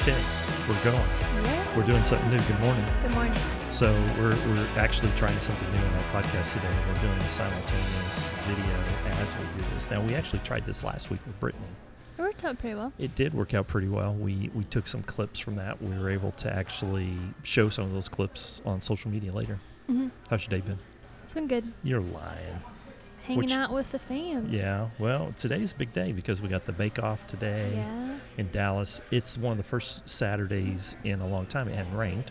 Okay, we're going. Yeah. We're doing something new. Good morning. Good morning. So we're we're actually trying something new in our podcast today. We're doing the simultaneous video as we do this. Now we actually tried this last week with Brittany. It worked out pretty well. It did work out pretty well. We we took some clips from that. We were able to actually show some of those clips on social media later. hmm How's your day been? It's been good. You're lying. Hanging Which- out with the fam. Yeah. Well, today's a big day because we got the bake off today. Yeah. in Dallas. It's one of the first Saturdays in a long time. It hadn't rained,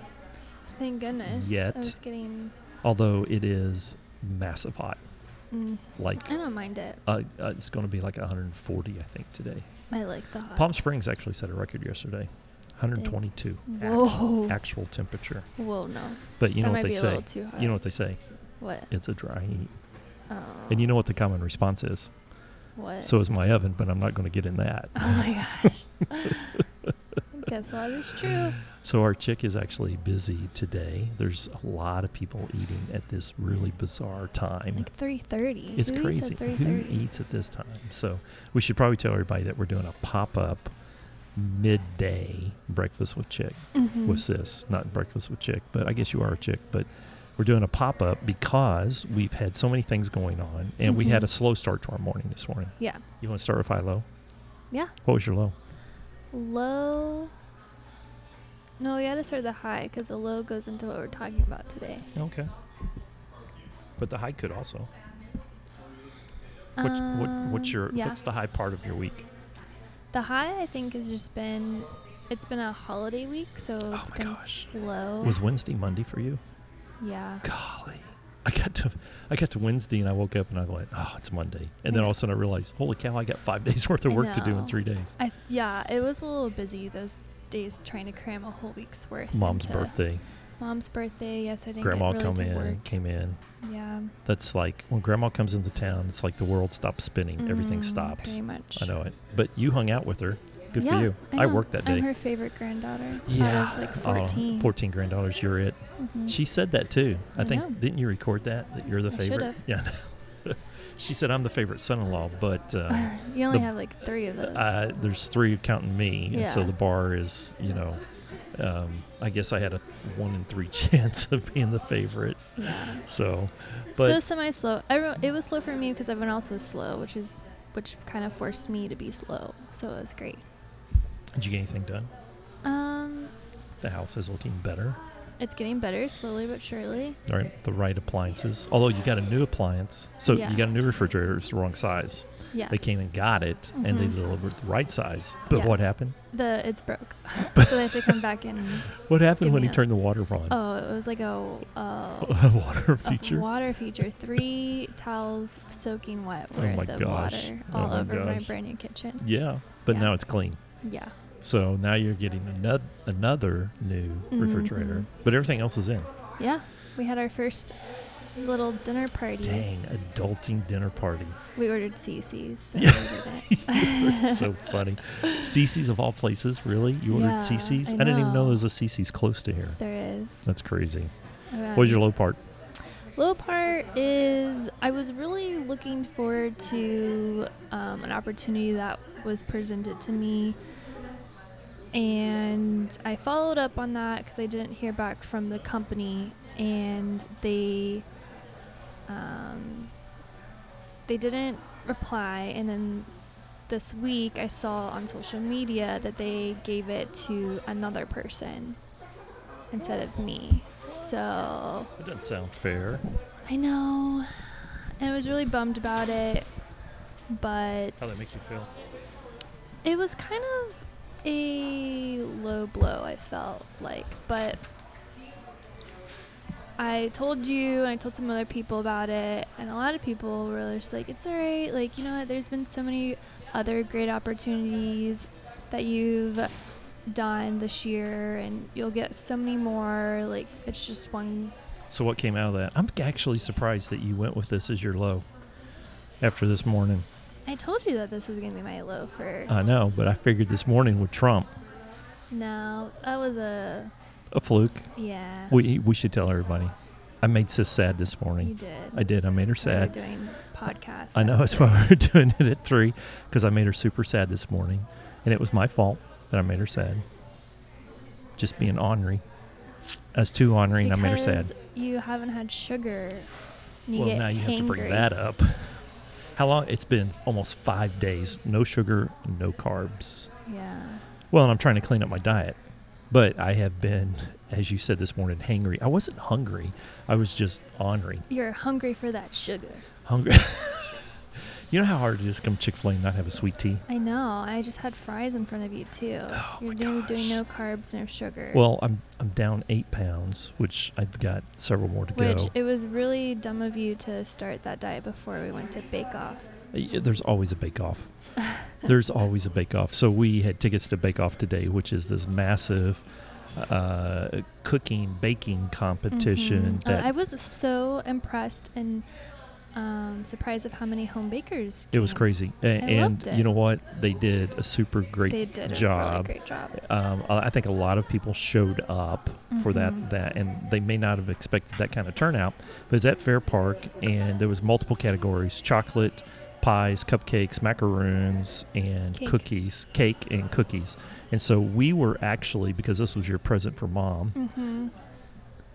Thank goodness. Yet. I was getting. although it is massive hot. Mm, Like I don't mind it. uh, uh, it's going to be like 140, I think, today. I like the hot. Palm Springs actually set a record yesterday, 122 Whoa. actual, actual temperature. Well, no. But you that know what might they be a say. little too hot. You know what they say. what? It's a dry heat, Oh. and you know what the common response is. What? So is my oven, but I'm not going to get in that. Uh. Oh my gosh. Guess that is true. So our chick is actually busy today. There's a lot of people eating at this really bizarre time. Like 3:30. It's Who crazy. Eats at Who 3:30? eats at this time? So we should probably tell everybody that we're doing a pop up midday breakfast with chick Mhm. with sis, not breakfast with chick, but I guess you are a chick. But we're doing a pop up because we've had so many things going on, and we had Mhm. a slow start to our morning this morning. Yeah. You want to start with high low? Yeah. What was your low? Low. No, we got to start the high because the low goes into what we're talking about today. Okay. But the high could also. What's, what, what's Um, your? yeah. What's the high part of your week? The high I think has just been it's been a holiday week, so it's Oh my been gosh. slow. Was Wednesday Monday for you? yeah. golly i got to i got to wednesday and i woke up and i went oh it's monday and then all of a sudden i realized holy cow i got five days worth of I work to do in know. three days I yeah, it was a little busy those days trying to cram a whole week's worth. mom's into- birthday Mom's birthday. Yes, I didn't grandma get really come to in work. came in Yeah. that's like when grandma comes into town it's like the world stops spinning everything Mm, stops Pretty much. i know it but you hung out with her good Yeah, for you I, know. worked that day I'm her favorite granddaughter. yeah Out of like Oh, 14. 14 granddaughters you're it Mhm. she said that too i, I think know. didn't you record that that you're the I favorite should've. yeah she said i'm the favorite son-in-law but um, you only the- have like three of those. Uh, there's three counting me, and so Yeah. the bar is, you know, um, I guess I had a one in three chance of being the favorite. yeah. So, so it but was semi slow. I wrote, it was slow for me because everyone else was slow, which is which kind of forced me to be slow. So it was great. did you get anything done? Um, The house is looking better. it's getting better slowly but surely. All right, the right appliances. Although you got a new appliance, so Yeah. you got a new refrigerator. It's the wrong size. Yeah, They came and got it, and they Mhm. delivered the right size. But Yeah. what happened? the it's broke, so they have to come back and. What happened Give when me he a- turned the water on? Oh, it was like a, uh, A water a feature. water feature. Three towels soaking wet Oh worth my of gosh. water Oh all my over my gosh. brand new kitchen. yeah, but Yeah. now it's clean. Yeah, So now you're getting another another new refrigerator, Mhm. but everything else is in. yeah. We had our first little dinner party. Dang, adulting dinner party. We ordered CC's. So Yeah. we did it. so funny. Cece's of all places, really? You ordered Yeah, Cece's? I, I didn't even know know. there was a Cece's close to here. there is. That's crazy. Um, What was your low part? Low part is I was really looking forward to um, an opportunity that was presented to me. And I followed up on that because I didn't hear back from the company, and they um, they didn't reply. And then this week, I saw on social media that they gave it to another person instead of me. So That doesn't sound fair. I know. And I was really bummed about it. But feel? it was kind of a low blow, I felt like. But I told you and I told some other people about it. And a lot of people were just like, it's all right. Like, you know what? There's been so many other great opportunities that you've done this year, and you'll get so many more. Like, it's just one So what came out of that? I'm actually surprised that you went with this as your low after this morning. I told you that this is gonna be my low for. I know, but I figured this morning would trump no, that was a a fluke. yeah. We, we should tell everybody. I made sis sad this you morning. did. I did. I made her We were sad. doing podcast. I know that's why we were doing it at three because I made her super sad this morning, and it was my fault that I made her sad. just being ornery. I was too ornery, It's and I made her because sad. You haven't had sugar. and You well, get now you have to bring hangry. that up. How long? It's been almost five days. No sugar, no carbs. Yeah. Well, and I'm trying to clean up my diet, but I have been, as you said this morning, hangry. I wasn't hungry. I was just ornery, You're hungry for that sugar. hungry. you know how hard it is to come Chick Fil A and not have a sweet tea. I know. I just had fries in front of you too. Oh, You're my doing, gosh. doing no carbs, no sugar. Well, I'm I'm down eight pounds, which I've got several more to which go. it was really dumb of you to start that diet before we went to Bake Off. Y- There's always a bake off. There's always a bake off. So we had tickets to Bake Off today, which is this massive uh, cooking baking competition Mhm. Uh, that I was so impressed and um, surprised of how many home bakers. it was came. crazy. A- I and loved you it. know what? They did a super great They did a really job. great job. um, I I think a lot of people showed up for that Mhm. that and they may not have expected that kind of turnout. But it's at Fair Park and there was multiple categories: chocolate, pies, cupcakes, macaroons, and Cake. cookies, cake and cookies. And so we were actually because this was your present for mom, hmm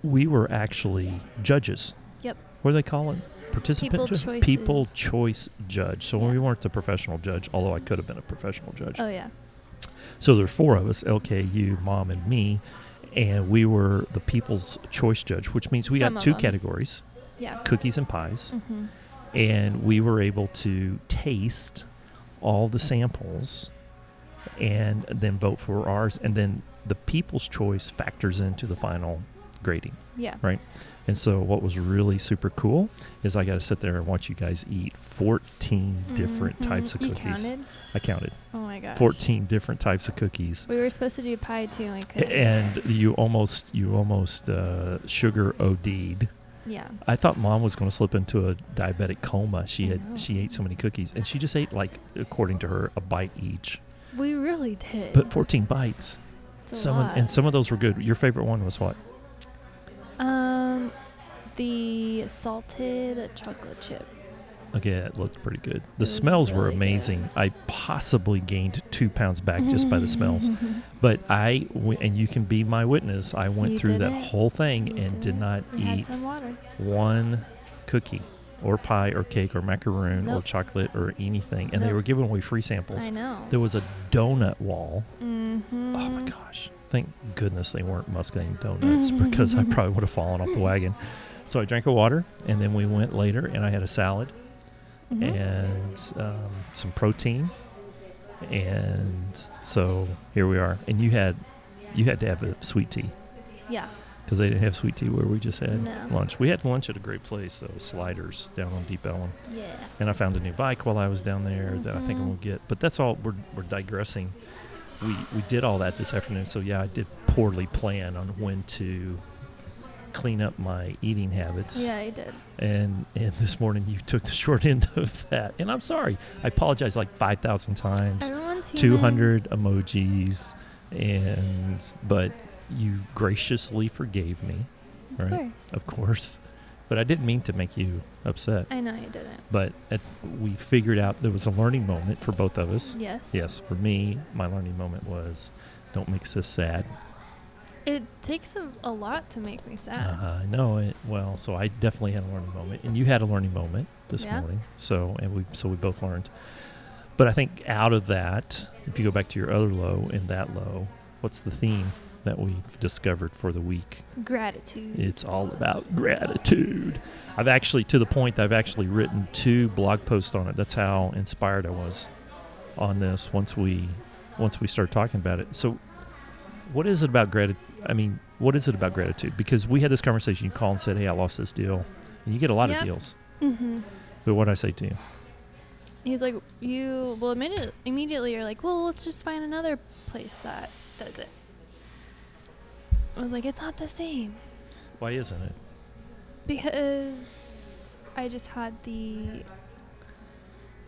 we were actually judges. Yep. What do they call it? Participant People judge? people choices. choice judge. So Yeah. we weren't the professional judge, although I could have been a professional judge. Oh yeah. So there are four of us: LKU, mom, and me, and we were the people's choice judge, which means we Some got of two them. categories: Yeah. cookies and pies, Mm-hmm. and we were able to taste all the samples and then vote for ours, and then the people's choice factors into the final grading. Yeah. And so what was really super cool is I got to sit there and watch you guys eat 14 different Mhm. types of You cookies. counted? I counted Oh my gosh. 14 different types of cookies. We were supposed to do pie too, and we couldn't. and you almost you almost uh, sugar OD'd. yeah. I thought mom was going to slip into a diabetic coma. She I had know. she ate so many cookies, and she just ate like according to her a bite each, We really did. but 14 bites. It's a Someone lot. and some of those were good. Your favorite one was what? Um, the salted chocolate chip. Okay, that looked pretty good. The was smells were really good. amazing. I possibly gained two pounds back just by the Mm-hmm. smells. But I went, and you can be my witness. I went You through did that it. whole thing You and did did it. not we eat had some water. one cookie or pie or cake or macaroon or Nope. chocolate or anything. And they Nope. were giving away free samples. I know. There was a donut wall. mm-hmm. Oh my gosh. Thank goodness they weren't Muscadine donuts because I probably would have fallen off the wagon. So I drank a water and then we went later and I had a salad Mm-hmm. and um, some protein. And so here we are. And you had you had to have a sweet tea yeah. because they didn't have sweet tea where we just had No. lunch. We had lunch at a great place though, Sliders down on Deep Ellum. Yeah. And I found a new bike while I was down there that I think I'm Mhm. gonna get. But that's all. We're we're digressing. We we did all that this afternoon. So yeah, I did poorly plan on when to clean up my eating habits. Yeah, I did. And and this morning you took the short end of that. And I'm sorry. I apologize like five thousand times. Everyone's human. Two hundred emojis. And but you graciously forgave me right? Of course. of course. But I didn't mean to make you upset. I know you didn't. But at, we figured out there was a learning moment for both of us. Yes. Yes, for me, my learning moment was don't make sis sad. It takes a, a lot to make me sad. Uh, I know it well, so I definitely had a learning moment, and you had a learning moment this Yeah. morning. So and we so we both learned. But I think out of that, if you go back to your other low and that low, what's the theme that we've discovered for the week? Gratitude. It's all about gratitude. I've actually, to the point, that I've actually written two blog posts on it. That's how inspired I was on this. Once we, once we start talking about it. So, what is it about gratitude? I mean, what is it about gratitude? Because we had this conversation. You called and said, "Hey, I lost this deal," and you get a lot Yeah. of deals. Mm-hmm. But what I say to you? He's like, you. Well, immediately, immediately you're like, well, let's just find another place that does it. I was like, it's not the same Why isn't it? because I just had the.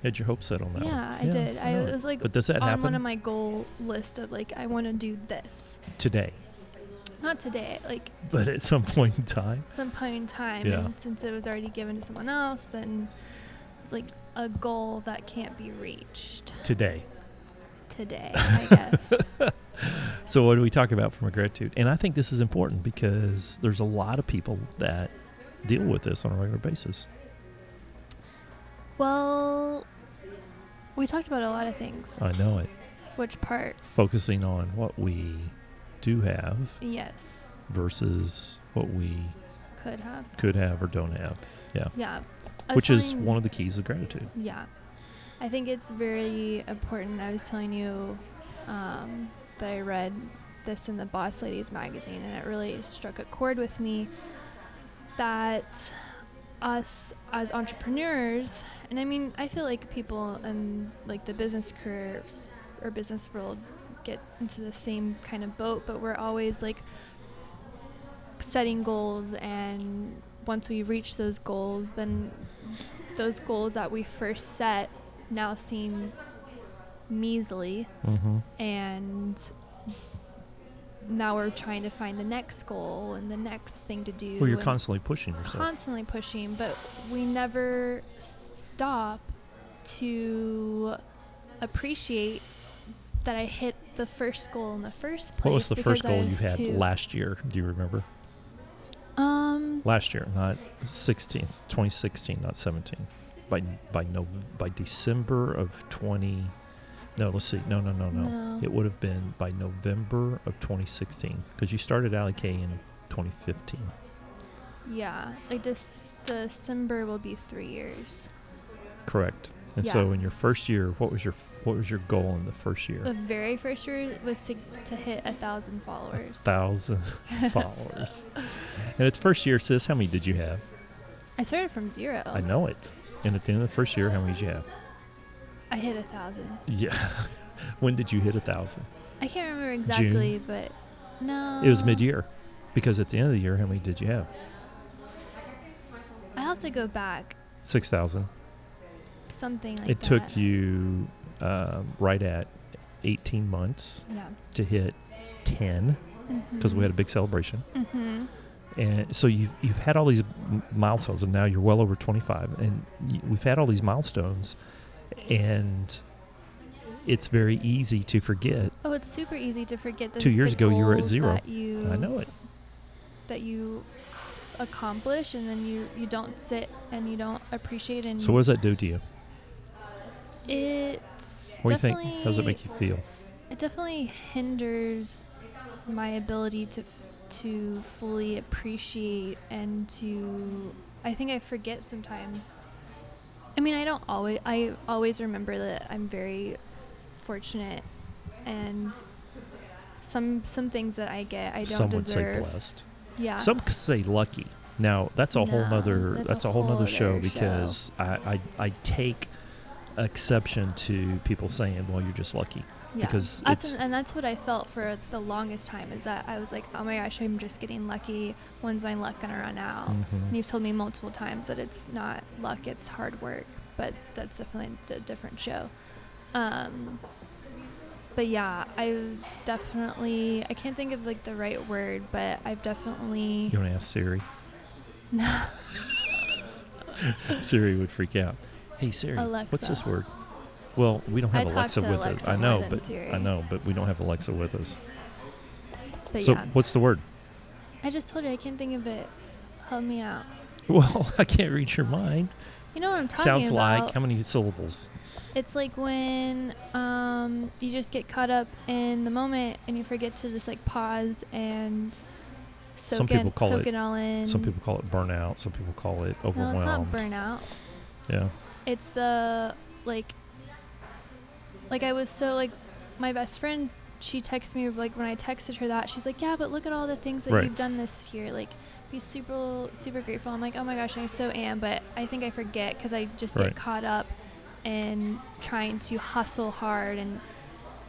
Had your hopes set on that? one. Yeah, I did. I know. was like But does that on one of happen my goal list of like, I want to do this. today? Not today, like But at some point in time, some point in time. Yeah. And since it was already given to someone else, then it's like a goal that can't be reached today. today, I guess. So what do we talk about from a gratitude? And I think this is important because there's a lot of people that deal with this on a regular basis. Well, we talked about a lot of things. I know it. Which part? Focusing on what we do have Yes, versus what we could have. could have or don't have, Yeah. I was which is telling- one of the keys of gratitude. Yeah. I think it's very important. I was telling you um, that I read this in the Boss Ladies magazine, and it really struck a chord with me that us as entrepreneurs, and I mean, I feel like people in like the business careers or business world get into the same kind of boat, but we're always like setting goals, and once we reach those goals, then those goals that we first set now seem measly Mm-hmm. and now we're trying to find the next goal and the next thing to do Well, you're and constantly pushing yourself. constantly pushing but we never stop to appreciate that i hit the first goal in the first place what was the because first I goal you was had too- last year? Do you remember? um Last year, not 16, 2016, not 17. By by no by December of 20. No, let's see. No, no, no, no. no. It would have been by November of 2016 because you started Alley K in 2015. yeah like this december will be three years Correct. And Yeah. so in your first year, what was your what was your goal in the first year? The very first year was to, to hit a thousand A followers. thousand followers. And its first year, sis, how many did you have? I started from zero. I know it. And at the end of the first year, how many did you have? I hit a thousand. Yeah. when did you hit a thousand? I can't remember exactly, but no. It Uh, was mid year. Because at the end of the year, how many did you have? I have to go back. Six thousand. Something like that. It took you um, right at eighteen months Yeah. to hit ten because we had a big celebration. Mm-hmm. and so you've, you've had all these m- milestones and now you're well over 25 and y- we've had all these milestones and it's very easy to forget Oh, it's super easy to forget that. Two years ago, you were at zero. That you, i know it That you accomplish, and then you you don't sit and you don't appreciate and so what does that do to you it's what do you think definitely how does it make you feel It definitely hinders my ability to f- to fully appreciate and to I think I forget sometimes. I mean, I don't always I always remember that I'm very fortunate and some some things that I get I don't some would say deserve. blessed yeah. some could say lucky now that's a whole No, nother that's, a whole nother show other show. because I, I i take exception to people saying well you're just lucky yeah. because that's it's- and that's what I felt for the longest time is that I was like, "Oh my gosh, I'm just getting lucky. When's my luck going to run out?" Mhm. And you've told me multiple times that it's not luck, it's hard work, but that's definitely a d- different show. Um, but yeah, I've definitely, I can't think of like the right word, but I've definitely, you want to ask siri no, Siri would freak out. Hey Siri, what's this Alexa. word? Well, we don't I have talk Alexa to with us. Alexa I more know, than but I Siri. know, but we don't have Alexa with us. but so yeah, what's the word? I just told you I can't think of it. Help me out. Well, I can't read your mind. You know what I'm talking Sounds about. like how many syllables? It's like when um, you just get caught up in the moment and you forget to just like pause and soak, Some people in, call soak it- it all in. Some people call it burnout. Some people call it No, it's not overwhelmed. burnout. yeah. It's the like like I was so like my best friend she texted me like when I texted her that she's like, "Yeah, but look at all the things that Right. you've done this year. Like be super super grateful." I'm like, "Oh my gosh, I so am, but I think I forget cuz I just Right. get caught up in trying to hustle hard and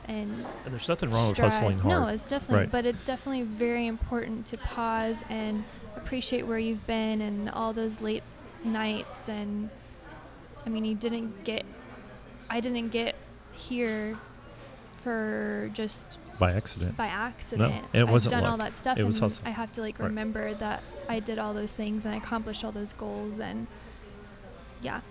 and And there's nothing wrong strive. with hustling hard. No, it's definitely, Right. but it's definitely very important to pause and appreciate where you've been and all those late nights. And I mean, you didn't get, I didn't get here for just By s- accident. By accident, and it wasn't I've done all luck. that stuff, It and was hustle. I have to like Right. remember that I did all those things and I accomplished all those goals and. Yeah.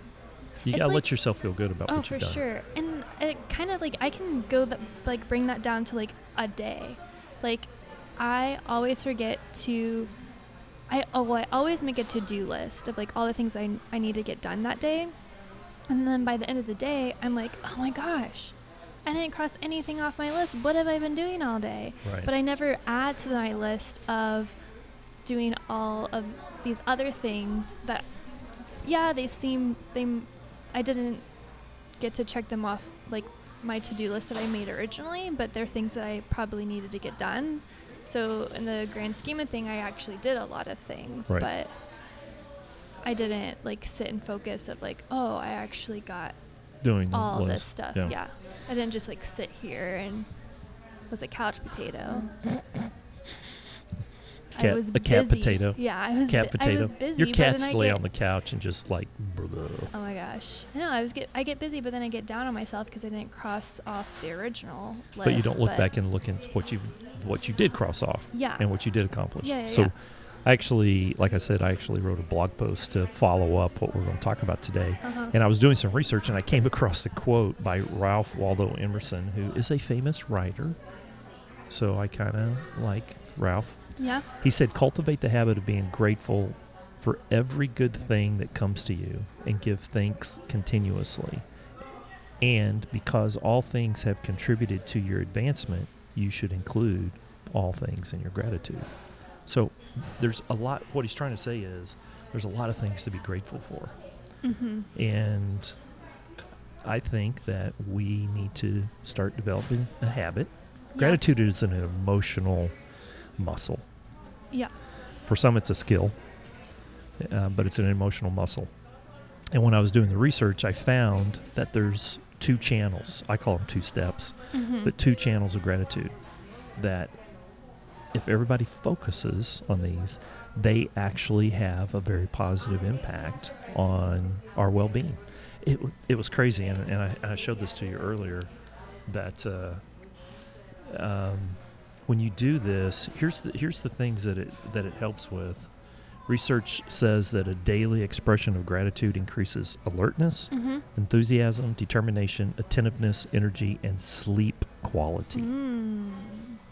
you it's gotta like- let yourself feel good about Oh, what for you've done. sure. And it kind of like I can go th- like bring that down to like a day. Like, I always forget to. I oh well, I always make a to do list of like all the things I I need to get done that day, and then by the end of the day, I'm like, oh my gosh, I didn't cross anything off my list. What have I been doing all day? Right. But I never add to my list of doing all of these other things that, yeah, they seem they, m- I didn't get to check them off like my to-do list that I made originally, but they're things that I probably needed to get done. So in the grand scheme of thing, I actually did a lot of things, Right. but I didn't like sit and focus of like, oh, I actually got doing all less. this stuff. Yeah. I didn't just like sit here and was a couch potato. Cat- I was a cat busy. potato. Yeah, I was Cat bu- potato. I was busy. Your but cats then I lay get, on the couch and just like. bleh. Oh my gosh. No, I was get I get busy, but then I get down on myself because I didn't cross off the original list. But you don't look back and look at what you what you did cross off Yeah. and what you did accomplish. Yeah, yeah, so yeah. I actually, like I said, I actually wrote a blog post to follow up what we're going to talk about today. Uh-huh. And I was doing some research and I came across the quote by Ralph Waldo Emerson, who is a famous writer. So I kind of like Ralph. yeah. He said, Cultivate the habit of being grateful for every good thing that comes to you and give thanks continuously. And because all things have contributed to your advancement, you should include all things in your gratitude. So there's a lot, what he's trying to say is there's a lot of things to be grateful for. Mm-hmm. And I think that we need to start developing a habit. Gratitude is an emotional muscle. Yeah. For some, it's a skill, uh, but it's an emotional muscle. And when I was doing the research, I found that there's two channels. I call them two steps, Mm-hmm. but two channels of gratitude that if everybody focuses on these, they actually have a very positive impact on our well being. It, w- it was crazy, and, and I, I showed this to you earlier that uh, um, when you do this, here's the, here's the things that it, that it helps with. Research says that a daily expression of gratitude increases alertness, mm-hmm. enthusiasm, determination, attentiveness, energy, and sleep quality. Mm.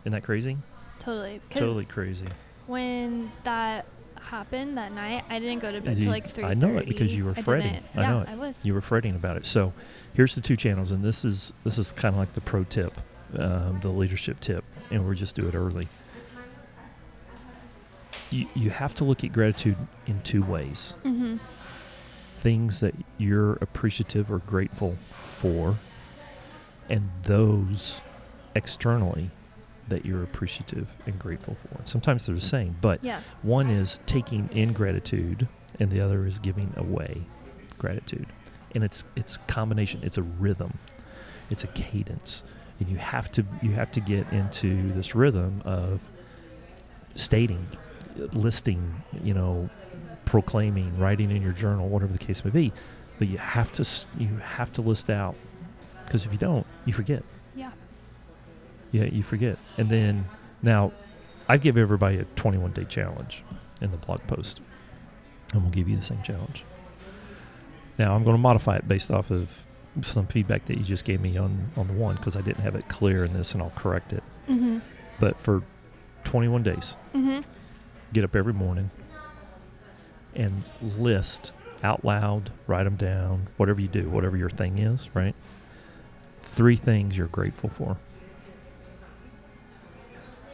Isn't that crazy? Totally. Mm-hmm. 'Cause Totally crazy. when that happened that night, I didn't go to bed You- till like three. I know it because you were fretting. I yeah, know it. I was. You were fretting about it. So here's the two channels, and this is this is kind of like the pro tip, um, the leadership tip, and we're just do it early. You, you have to look at gratitude in two ways mm-hmm. things that you're appreciative or grateful for, and those externally that you're appreciative and grateful for. Sometimes they're the same, but Yeah. one is taking in gratitude, and the other is giving away gratitude. And it's it's combination. It's a rhythm. It's a cadence, and you have to you have to get into this rhythm of stating, listing, you know, proclaiming, writing in your journal, whatever the case may be. But you have to s- you have to list out because if you don't, you forget. Yeah. Yeah, you forget. And then now, I give everybody a 21 day challenge in the blog post, and we'll give you the same challenge. Now I'm going to modify it based off of some feedback that you just gave me on on the one because I didn't have it clear in this, and I'll correct it. Mm-hmm. But for 21 days, Mm-hmm. get up every morning and list out loud, write them down, whatever you do, whatever your thing is, right? Three things you're grateful for.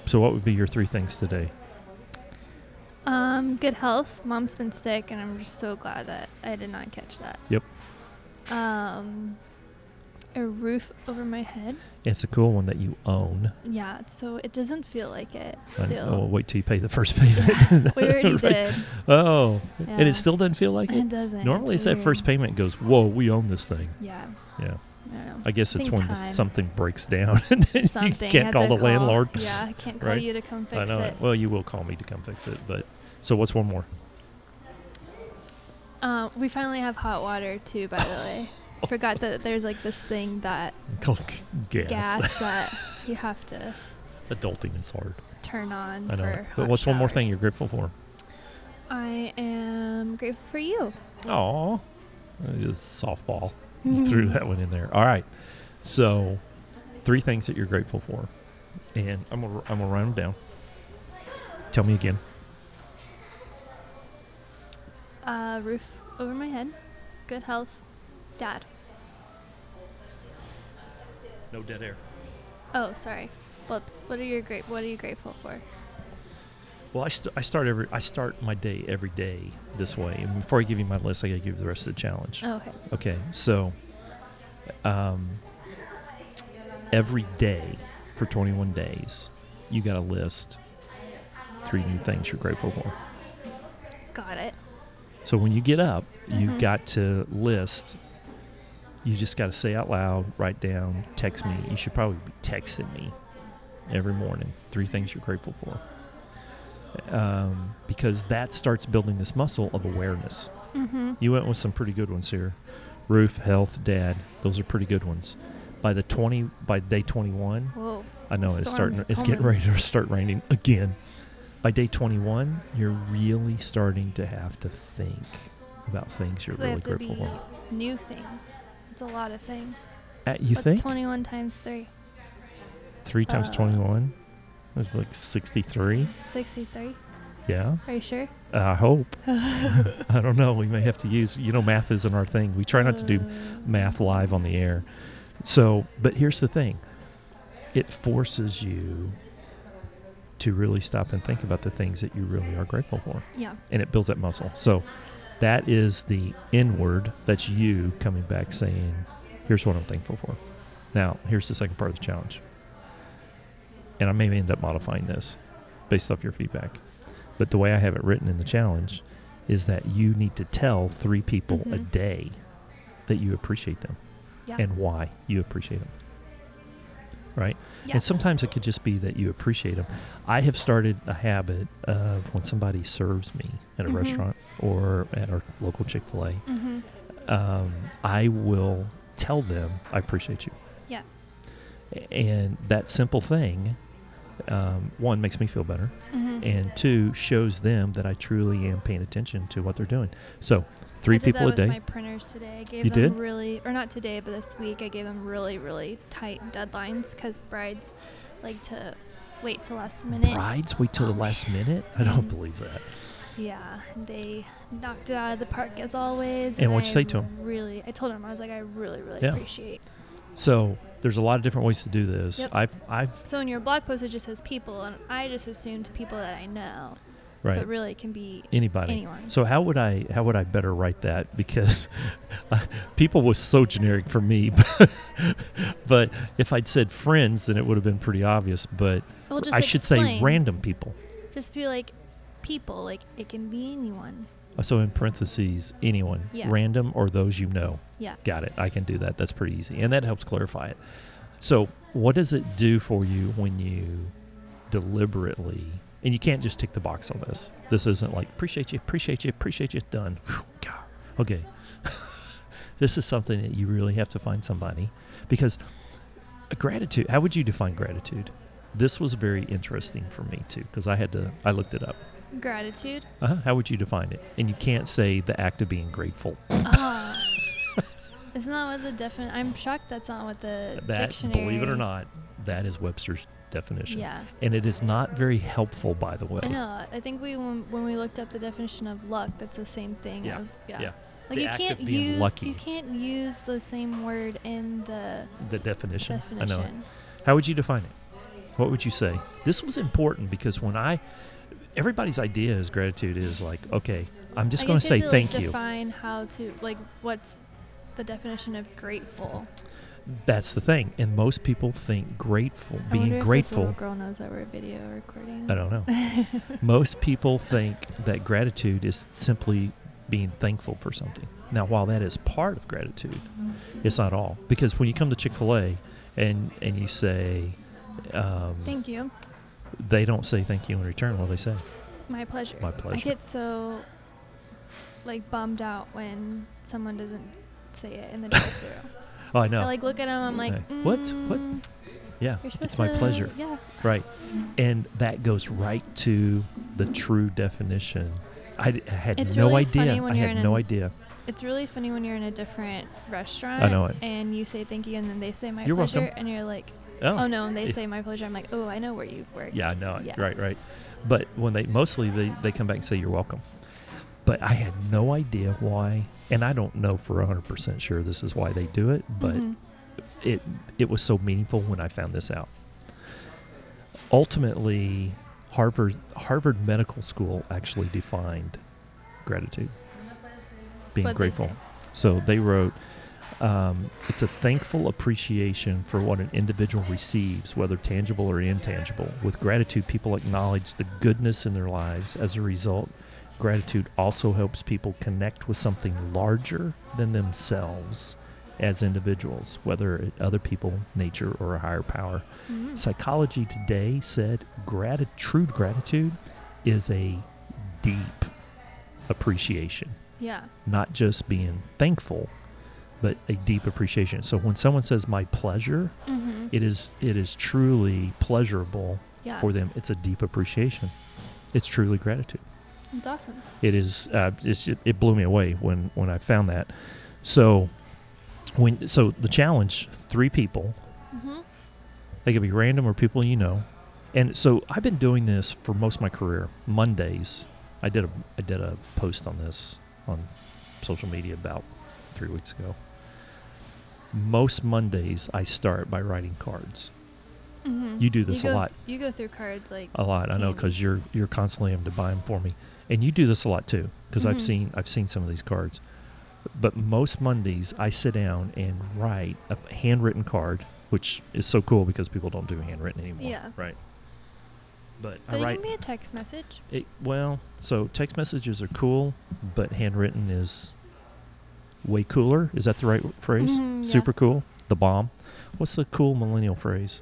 So, what would be your three things today? Um, good health. Mom's been sick, and I'm just so glad that I did not catch that. Yep. Um, a roof over my head. It's a cool one that you own. Yeah, so it doesn't feel like it I- Oh, still. wait till you pay the first payment. we already Right. did. Oh, and Yeah. it still doesn't feel like It it. doesn't. Normally, it's it's that first weird. payment goes, "Whoa, we own this thing." Yeah. Yeah, I don't know. I guess it's Think when time. something breaks down and then Something. you can't had call to the landlord. Yeah, I can't call Right? you to come I fix know it. Well, you will call me to come fix it, but so what's one more? Um, we finally have hot water too, by the way. Forgot that there's like this thing that Called gas. gas that you have to Adulting is hard. turn on. I know. For it. hot But what's one more showers. thing you're grateful for? I am grateful for you. Oh, just softball. Mm. You threw that one in there. All right. So, three things that you're grateful for. and I'm gonna I'm gonna write them down. Tell me again. Uh, roof over my head, good health, dad. No dead air. Oh, sorry. Whoops. What are your great? What are you grateful for? Well, I, st- I start every I start my day every day this way. And before I give you my list, I gotta give you the rest of the challenge. Oh, okay. Okay, so um, every day for 21 days, you got to list three new things you're grateful for. Got it. So when you get up, Mhm. you've got to list. You just got to say out loud, write down, text me. You should probably be texting me every morning. Three things you're grateful for, um, because that starts building this muscle of awareness. Mm-hmm. You went with some pretty good ones here. Roof, health, dad. Those are pretty good ones. By the twenty, by day twenty-one, Whoa. I know it's Storm's starting. It's getting coming. ready to start raining again. By day twenty-one, you're really starting to have to think about things you're So they really have to grateful be for. new things. It's a lot of things. Uh, you What's think 21 times 3? three times uh, twenty-one is like sixty-three. 63? Yeah, Are you sure? I hope. I don't know. We may have to use. You know, math isn't our thing. We try not to do Mm. math live on the air. So, but here's the thing it forces you to really stop and think about the things that you really are grateful for, Yeah. and it builds that muscle. So, that is the inward, that's you coming back saying, Here's what I'm thankful for. Now, here's the second part of the challenge. And I may end up modifying this based off your feedback. But the way I have it written in the challenge is that you need to tell three people a Mhm. day that you appreciate them Yeah. and why you appreciate them. Right? Yeah. And sometimes it could just be that you appreciate them. I have started a habit of when somebody serves me at a Mhm. restaurant or at our local Chick fil A, mm-hmm. um, I will tell them, I appreciate you. Yeah. A- And that simple thing, um, one, makes me feel better Mm-hmm. and two shows them that I truly am paying attention to what they're doing. So, three I did people that a with day. My printers today. I gave You them did? really, or not today, but this week, I gave them really, really tight deadlines because brides like to wait till last minute. Oh, Brides wait till the last minute? I don't Mhm. believe that. Yeah, they knocked it out of the park as always. And what'd you I say to 'em? Really, I told them I was like, I really, really Yeah. appreciate. So, there's a lot of different ways to do this. Yep. I've, I've, So in your blog post, it just says people, and I just assumed people that I know, right, but really it can be anybody. anyone. So how would I, how would I better write that? Because people was so generic for me, but if I'd said friends, then it would have been pretty obvious. But Well, just I should say explain. random people. Just be like, people, like it can be anyone. Uh, So in parentheses, anyone, Yeah. random or those you know. Yeah. Got it. I can do that. That's pretty easy. And that helps clarify it. So, what does it do for you when you deliberately, and you can't just tick the box on this? This isn't like, appreciate you, appreciate you, appreciate you, done. Phew, God. Okay. this is something that you really have to find somebody because uh, gratitude, how would you define gratitude? This was very interesting for me too because I had to, I looked it up. Gratitude. Uh-huh. How would you define it? And you can't say the act of being grateful. Ah. It's not what the defin. I'm shocked that's not what the That, dictionary. believe it or not, that is Webster's definition. Yeah, And it is not very helpful, by the way. I know. I think we when, when we looked up the definition of luck, that's the same thing. Yeah, Of, yeah. yeah. Like The you act can't of being use lucky. you can't use the same word in the The definition. definition. I know. it. How would you define it? What would you say? This was important because when I, everybody's idea is gratitude is like, okay, I'm just I going guess to say you have to, thank like, you. Define how to like what's the definition of grateful. That's the thing. And most people think grateful, I wonder being if This grateful. little girl knows that we're video recording. I don't know. Most people think that gratitude is simply being thankful for something. Now, while that is part of gratitude, it's not all. Because when you come to Chick fil A and, and you say, um, Thank you. they don't say thank you in return. What do they say? My pleasure. My I pleasure. get so like bummed out when someone doesn't say it in the drive-through. oh, I know. I like look at them. I'm like, Hey, what? What? "Mm, yeah, you're supposed it's my to-" pleasure. Yeah. Right. And that goes right to the true definition. I, d- I had It's no really idea. funny when I you're had in no an- idea. It's really funny when you're in a different restaurant. I know it. And you say thank you, and then they say my You're welcome. pleasure, and you're like, Oh, no, and they say my pleasure. I'm like, oh, I know where you've worked. Yeah, I know. it. Yeah. Right, right. But when they mostly they, they come back and say you're welcome. But I had no idea why, and I don't know for 100% sure this is why they do it, but Mhm. it it was so meaningful when I found this out. Ultimately, Harvard Harvard Medical School actually defined gratitude, being What'd they grateful. say? So they wrote, um, "It's a thankful appreciation for what an individual receives, whether tangible or intangible. With gratitude, people acknowledge the goodness in their lives. As a result." Gratitude also helps people connect with something larger than themselves as individuals, whether it other people, nature, or a higher power. Mhm. Psychology Today said grati- true gratitude is a deep appreciation, Yeah. not just being thankful, but a deep appreciation. So when someone says my pleasure, hmm it is it is truly pleasurable yeah. for them. It's a deep appreciation. It's truly gratitude It's awesome. it is uh, it's, it, it blew me away when when I found that. So when so the challenge three people hmm they could be random or people you know, and so I've been doing this for most of my career. Mondays I did a I did a post on this on social media about three weeks ago. Most Mondays I start by writing cards. hmm You do this a go lot. You go through cards like. a lot. I know Candy. because you're you're constantly having to buy them for me, and you do this a lot too. Because Mhm. I've seen I've seen some of these cards, but most Mondays I sit down and write a handwritten card, which is so cool because people don't do handwritten anymore. Yeah. Right. But, But I it write can be a text message. it, well. So text messages are cool, but handwritten is way cooler. Is that the right phrase? Mhm, yeah. Super cool. The bomb. What's the cool millennial phrase?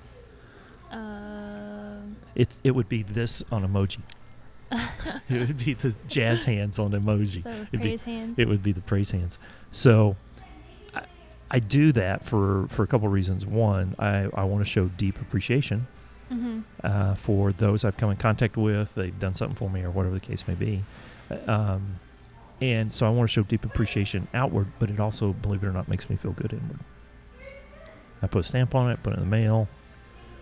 Um, It it would be this on emoji. it would be the jazz hands on emoji. be- the praise hands. It would be the praise hands. So I, I do that for for a couple reasons. One, I I want to show deep appreciation hmm uh, for those I've come in contact with. They've done something for me, or whatever the case may be. Uh, Um, and so I want to show deep appreciation outward, but it also, believe it or not, makes me feel good inward. I put a stamp on it, put it in the mail,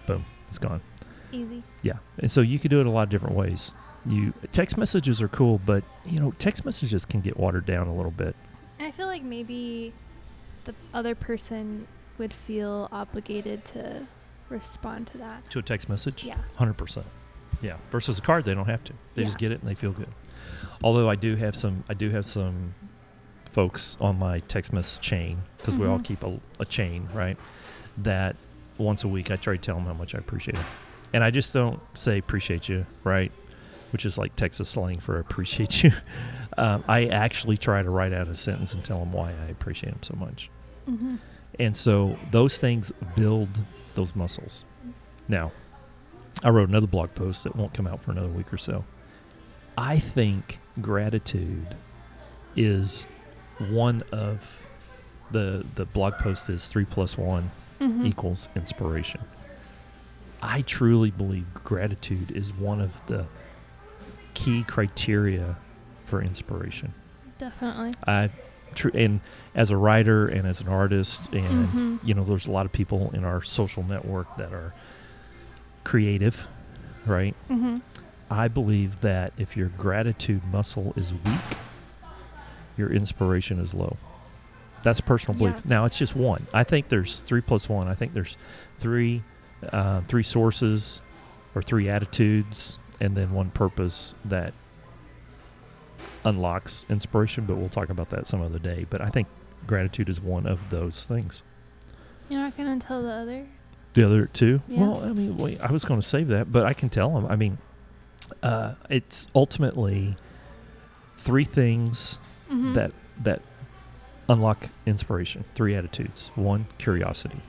boom, it's gone. Easy. Yeah. And so you could do it a lot of different ways. You text messages are cool, but you know, text messages can get watered down a little bit. I feel like maybe the other person would feel obligated to respond to that. To a text message? Yeah. 100%. Yeah. Versus a card, they don't have to. They just Yeah. get it and they feel good. Although I do have some I do have some folks on my text message chain because we all Mhm. keep a, a chain, right? That once a week I try to tell them how much I appreciate them. And I just don't say appreciate you, right? Which is like Texas slang for appreciate you. um, I actually try to write out a sentence and tell them why I appreciate them so much. Mm-hmm. And so those things build those muscles. Now, I wrote another blog post that won't come out for another week or so. I think gratitude is one of the the blog post is 3 plus one Mm-hmm. equals inspiration. I truly believe gratitude is one of the key criteria for inspiration. Definitely. I tr- and as a writer and as an artist and Mhm. you know there's a lot of people in our social network that are creative, right? Mm-hmm. I believe that if your gratitude muscle is weak, your inspiration is low. That's personal belief. Yeah. Now it's just one. I think there's three plus one. I think there's three, uh, three sources, or three attitudes, and then one purpose that unlocks inspiration. But we'll talk about that some other day. But I think gratitude is one of those things. You're not gonna tell the other. The other two? Yeah. Well, I mean, wait, I was going to save that, but I can tell them. I mean, uh, it's ultimately three things Mm-hmm. that that unlock inspiration. Three attitudes. One, curiosity.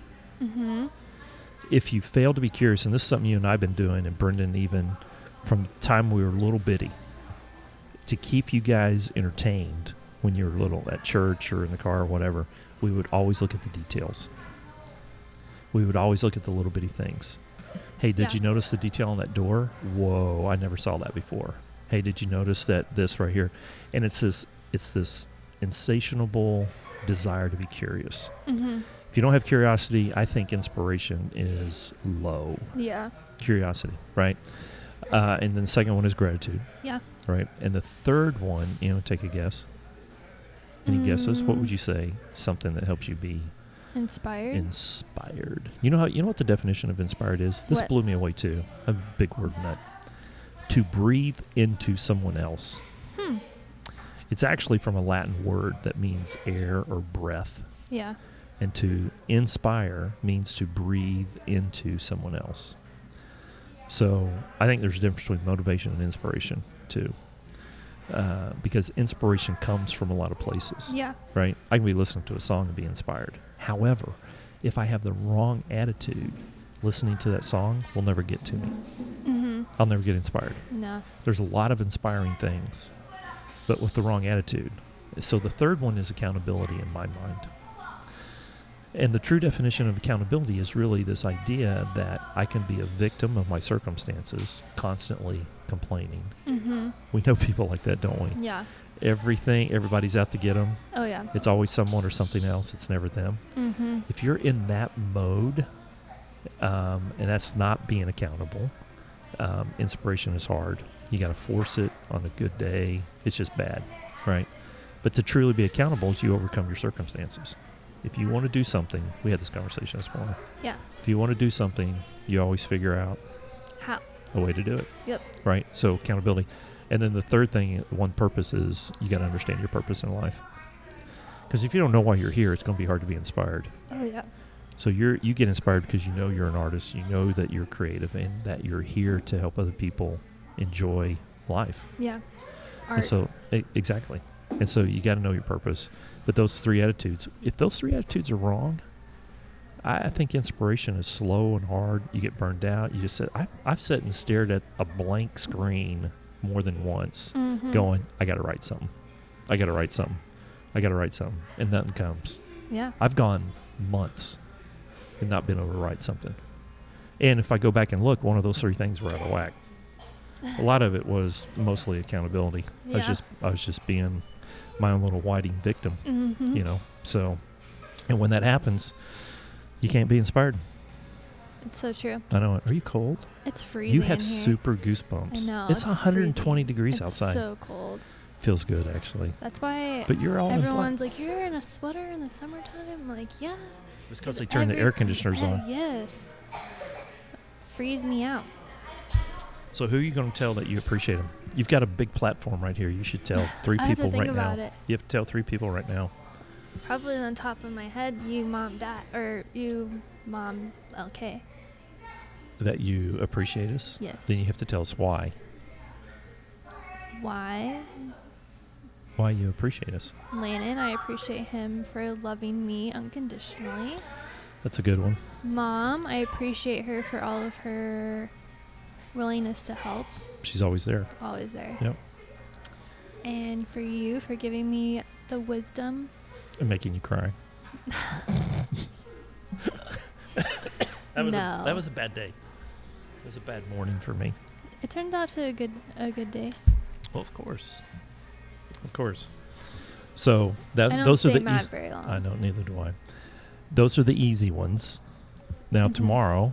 Mm-hmm. If you fail to be curious, and this is something you and I've been doing, and Brendan even from the time we were little bitty, to keep you guys entertained when you were little at church or in the car or whatever, we would always look at the details. We would always look at the little bitty things. Hey, did Yeah. you notice the detail on that door? Whoa, I never saw that before. Hey, did you notice that this right here? And it's this it's this insatiable desire to be curious. Mm-hmm. If you don't have curiosity, I think inspiration is low. Yeah. Curiosity, right? Uh, and then the second one is gratitude, Yeah. right? And the third one, you know, take a guess. Any guesses? What would you say? Something that helps you be Mm-hmm. Inspired. inspired. You know how you know what the definition of inspired is? This What? blew me away too. A big word nut. To breathe into someone else. hmm. It's actually from a Latin word that means air or breath. Yeah. And to inspire means to breathe into someone else. So I think there's a difference between motivation and inspiration too. Uh, because inspiration comes from a lot of places Yeah. right? I can be listening to a song and be inspired. However, if I have the wrong attitude, listening to that song will never get to me. Mm-hmm. I'll never get inspired. No. There's a lot of inspiring things, but with the wrong attitude. So the third one is accountability in my mind. And the true definition of accountability is really this idea that I can be a victim of my circumstances, constantly complaining. Mm-hmm. We know people like that, don't we? Yeah. Everything, everybody's out to get them. Oh yeah. It's always someone or something else. It's never them Mm-hmm. if you're in that mode, um, and that's not being accountable, um, inspiration is hard. You got to force it on a good day. It's just bad, right? But to truly be accountable is you overcome your circumstances. If you want to do something, we had this conversation this morning. Yeah. If you want to do something, you always figure out How? a way to do it. Yep. Right? So accountability. And then the third thing, one purpose is you got to understand your purpose in life. Because if you don't know why you're here, it's going to be hard to be inspired. Oh yeah. So you're you get inspired because you know you're an artist, you know that you're creative, and that you're here to help other people enjoy life. Yeah. And Art. so e- exactly, and so you got to know your purpose. But those three attitudes, if those three attitudes are wrong, I, I think inspiration is slow and hard. You get burned out. You just said I, I've sat and stared at a blank screen more than once, Mhm. going, I got to write something, I got to write something, I got to write something, and nothing comes. Yeah. I've gone months and not been able to write something. And if I go back and look, one of those three things were out of whack. A lot of it was mostly accountability. I was Yeah. just I was just being my own little whiting victim, Mm-hmm. you know. So and when that happens, you can't be inspired. It's so true. I know it. Are you cold? It's freezing. you have in here. super goosebumps. I know, It's, it's 120 freezing. degrees it's outside. so cold. Feels good actually. That's why But you're all in everyone's like, "You're in a sweater in the summertime." I'm like, yeah. black. It's because they turn the air conditioners on. Yes. Freeze me out. So who are you going to tell that you appreciate them? You've got a big platform right here. You should tell three I have to people think right about now. it. You have to tell three people right now. Probably on top of my head, you mom, dad, or you mom, LK. that you appreciate us. Yes. Then you have to tell us why. Why? Why you appreciate us. Landon, I appreciate him for loving me unconditionally. That's a good one. Mom, I appreciate her for all of her willingness to help, She's always there. always there. Yep. And for you for giving me the wisdom. And making you cry. that was a, No. that was a bad day. It was a bad morning for me. It turned out to a good a good day. Well, of course. Of course. So that's I don't those stay are the mad eas- very long. I know, neither do I. Those are the easy ones. Now Mhm. tomorrow,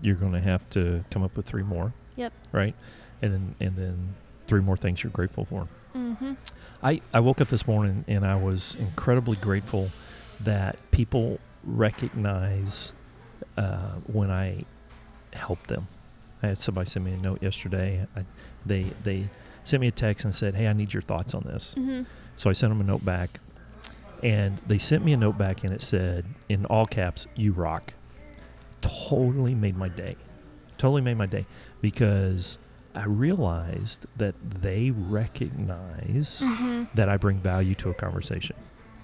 you're going to have to come up with three more. Yep. Right, and then and then three more things you're grateful for. Mm-hmm. I I woke up this morning and I was incredibly grateful that people recognize uh, when I help them. I had somebody send me a note yesterday. I, they they sent me a text and said, "Hey, I need your thoughts on this." Mm-hmm. So I sent them a note back, and they sent me a note back, and it said in all caps, "You rock." Totally made my day. Totally made my day because I realized that they recognize Mm-hmm. that I bring value to a conversation.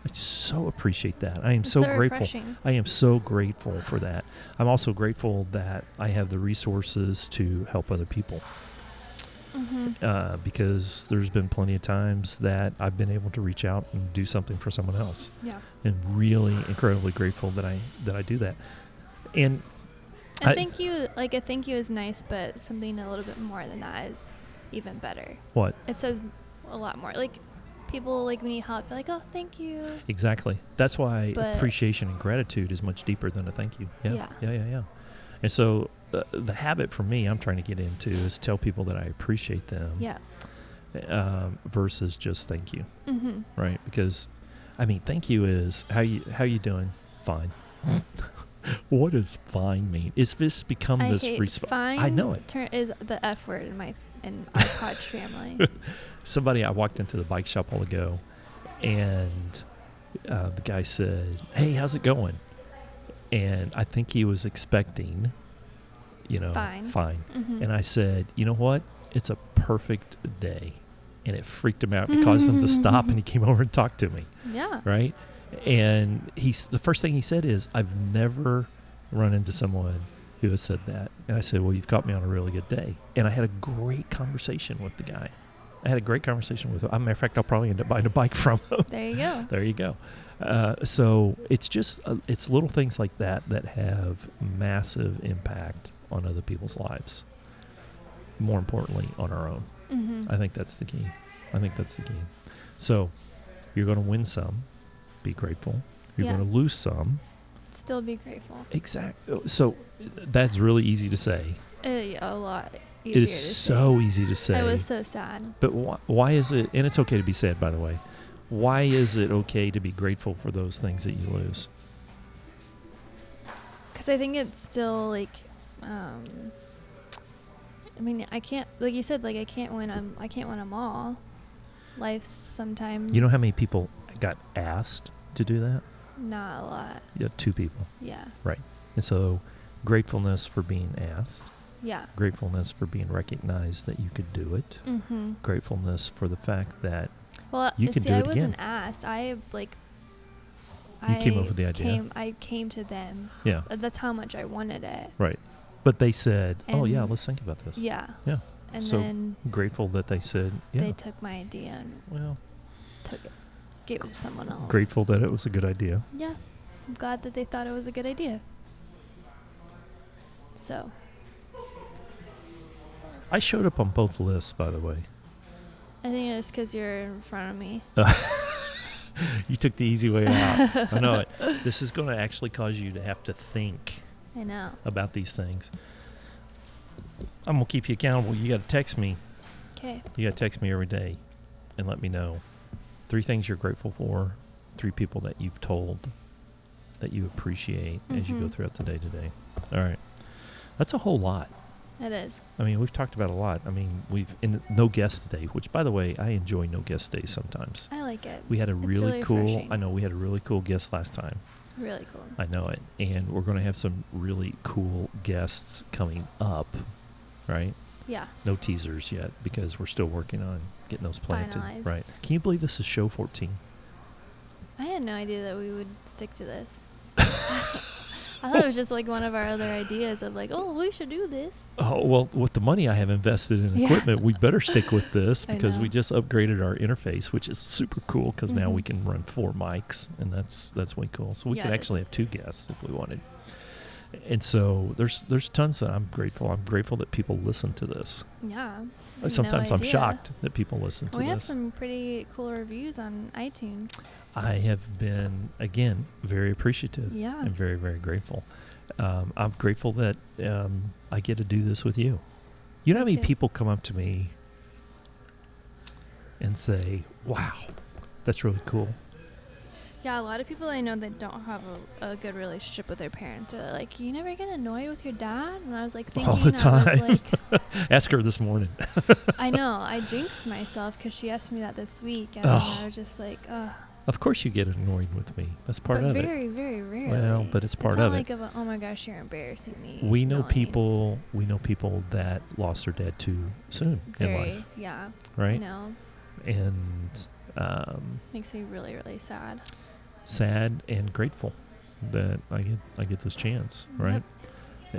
I so appreciate that. I am so, grateful. Refreshing. I am so grateful for that. I'm also grateful that I have the resources to help other people Mm-hmm. uh, because there's been plenty of times that I've been able to reach out and do something for someone else, Yeah. and really incredibly grateful that I that I do that. And I, I- thank you. Like a thank you is nice, but something a little bit more than that is even better. What? It says a lot more. Like people like when you help, you're like, oh, thank you. Exactly. That's why But- appreciation and gratitude is much deeper than a thank you. Yeah. Yeah, Yeah. yeah, yeah. And so uh, the habit for me I'm trying to get into is tell people that I appreciate them Yeah. um, versus just thank you, Mm-hmm. right? Because I mean, thank you is how you how you doing? Fine. what does fine mean? It's this become I this hate resp- fine. I know it. Turn is the f word in my in our Koch family. somebody I walked into the bike shop a while ago, and uh, the guy said, "Hey, how's it going?" And I think he was expecting, you know, Fine. fine. Mm-hmm. And I said, "You know what? It's a perfect day," and it freaked him out. It caused him to stop, and he came over and talked to me. yeah. Right? And he's the first thing he said is, "I've never run into someone." Who has said that? And I said, Well, you've caught me on a really good day. And I had a great conversation with the guy. I had a great conversation with him. As a matter of fact, I'll probably end up buying a bike from him. There you go. there you go. Uh, so it's just uh, it's little things like that that have massive impact on other people's lives. More importantly, on our own. Mm-hmm. I think that's the key. I think that's the key. So you're going to win some. Be grateful. You're Yeah. going to lose some. Still be grateful. Exactly. So that's really easy to say. Uh, yeah, a lot. Easier it is to say. so easy to say. I was so sad. But why, why is it, and it's okay to be sad, by the way, why is it okay to be grateful for those things that you lose? Because I think it's still like, um, I mean, I can't, like you said, like I can't win them. I can't win them all. Life's sometimes. You know how many people got asked to do that? Not a lot. Yeah, two people. Yeah. And so gratefulness for being asked, Yeah. gratefulness for being recognized that you could do it, Mm-hmm. gratefulness for the fact that Well, You uh, can see, do I it again. wasn't asked. I like. You came up I with the idea. Came, I came to them. Yeah. Uh, That's how much I wanted it. But they said, oh, yeah, And- let's think about this. Yeah. Yeah. And So, then Grateful that they said, yeah, they took my idea and well, took it, gave it to someone else. grateful that it was a good idea. Yeah. I'm glad that they thought it was a good idea. So, I showed up on both lists, by the way. I think it's because you're in front of me. You took the easy way out. I know it. This is going to actually cause you to have to think I know. about these things. I'm going to keep you accountable. You got to text me. Okay. You got to text me every day and let me know three things you're grateful for, three people that you've told that you appreciate as you go Mhm. throughout the day today. All right. That's a whole lot. It is. I mean, we've talked about a lot. I mean, we've in no guest today, which by the way, I enjoy no guest days sometimes. I like it. We had a really, really cool, refreshing. I know we had a really cool guest last time. Really cool. I know it. And we're going to have some really cool guests coming up, right? Yeah. No teasers yet because we're still working on getting those planted, right? Finalized. Can you believe this is show 14? I had no idea that we would stick to this. I thought it was just like one of our other ideas of like, oh, we should do this. Oh, well, with the money I have invested in Yeah. equipment, we better stick with this I because we know. just upgraded our interface, which is super cool because now we Mhm. can run four mics and that's that's way cool. So we Yeah, could it is. actually have two guests if we wanted. And so there's there's tons that I'm grateful. I'm grateful that people listen to this. Yeah. I had no Sometimes I'm idea. shocked that people listen to We this. have some pretty cool reviews on iTunes. I have been again very appreciative Yeah. and very very grateful. Um, I'm grateful that um, I get to do this with you. You know how Me many too. people come up to me and say, "Wow, that's really cool." Yeah, a lot of people I know that don't have a, a good relationship with their parents are like, "You never get annoyed with your dad?" And I was like, thinking, All the I was time. like, Ask her this morning. I know I jinxed myself because she asked me that this week, and Ugh. I was just like, "Ugh." Of course, you get annoyed with me. That's part but of it. very, very rarely. Well, but it's part not of it. like Of a, oh my gosh, you're embarrassing me. We know annoying." people. We know people that lost their dad too soon Very, in life, yeah. I right? know. And um, Makes me really, really sad. sad and grateful that I get I get this chance, right?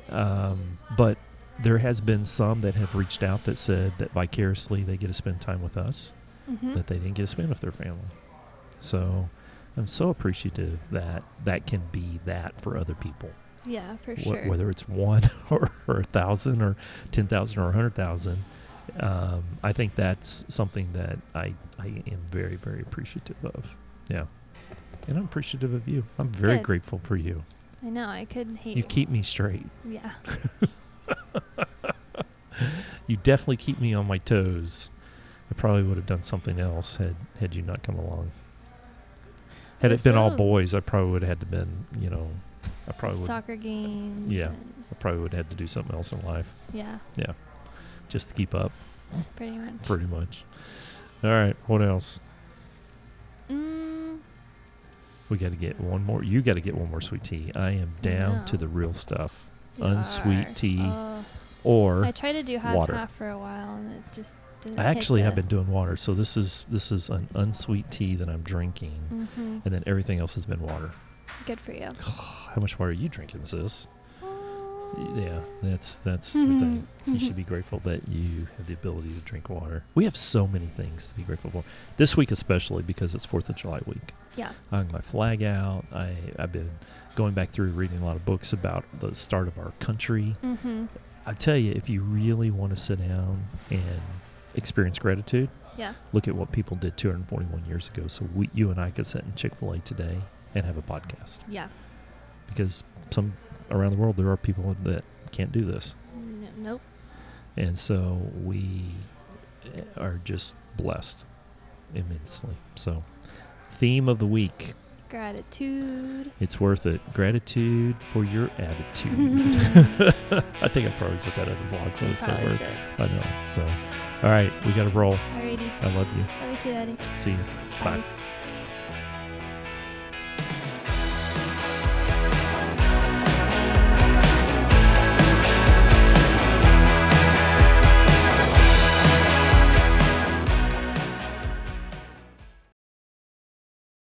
Um, but there has been some that have reached out that said that vicariously they get to spend time with us Mm-hmm. that they didn't get to spend with their family. So I'm so appreciative that that can be that for other people, Yeah, for Wh- sure. whether it's one or, or a thousand or ten thousand or a hundred thousand. um, I think that's something that I, I am very, very appreciative of. Yeah. And I'm appreciative of you. I'm very Good. grateful for you. I know. I could hate. You keep me straight. yeah. You definitely keep me on my toes. I probably would have done something else had, had you not come along. Had it been all Listen. boys, I probably would have had to been, you know, I probably would, I Soccer games. Yeah. and- probably would have had to do something else in life yeah. just to keep up, Pretty much. pretty much. All right, what else? Mm, We got to get one more. You got to get one more sweet tea. I am down to know. the real stuff, you Unsweet are. tea Oh, or I tried to do half water. half for a while, and it just didn't. I hit actually have the- been doing water. So this is this is an unsweet tea that I'm drinking, Mhm. and then everything else has been water. Good for you. How much water are you drinking, sis? Yeah, that's that's the Mhm. thing. You should be grateful that you have the ability to drink water. We have so many things to be grateful for. This week especially because it's Fourth of July week. Yeah. I hung my flag out. I I've been going back through reading a lot of books about the start of our country. Mm-hmm. I tell you, if you really want to sit down and experience gratitude, Yeah. look at what people did 241 years ago. So we, you and I could sit in Chick Fil A today and have a podcast Yeah. because some around the world there are people that can't do this, N- nope. and so we eh, are just blessed immensely. So, theme of the week. Gratitude. It's worth it. Gratitude for your attitude. I think I probably put that in the blog You post probably somewhere. should. I know. So, all right, we got to roll. Alrighty. I love you. Love you too, Daddy. See you. Bye. Bye.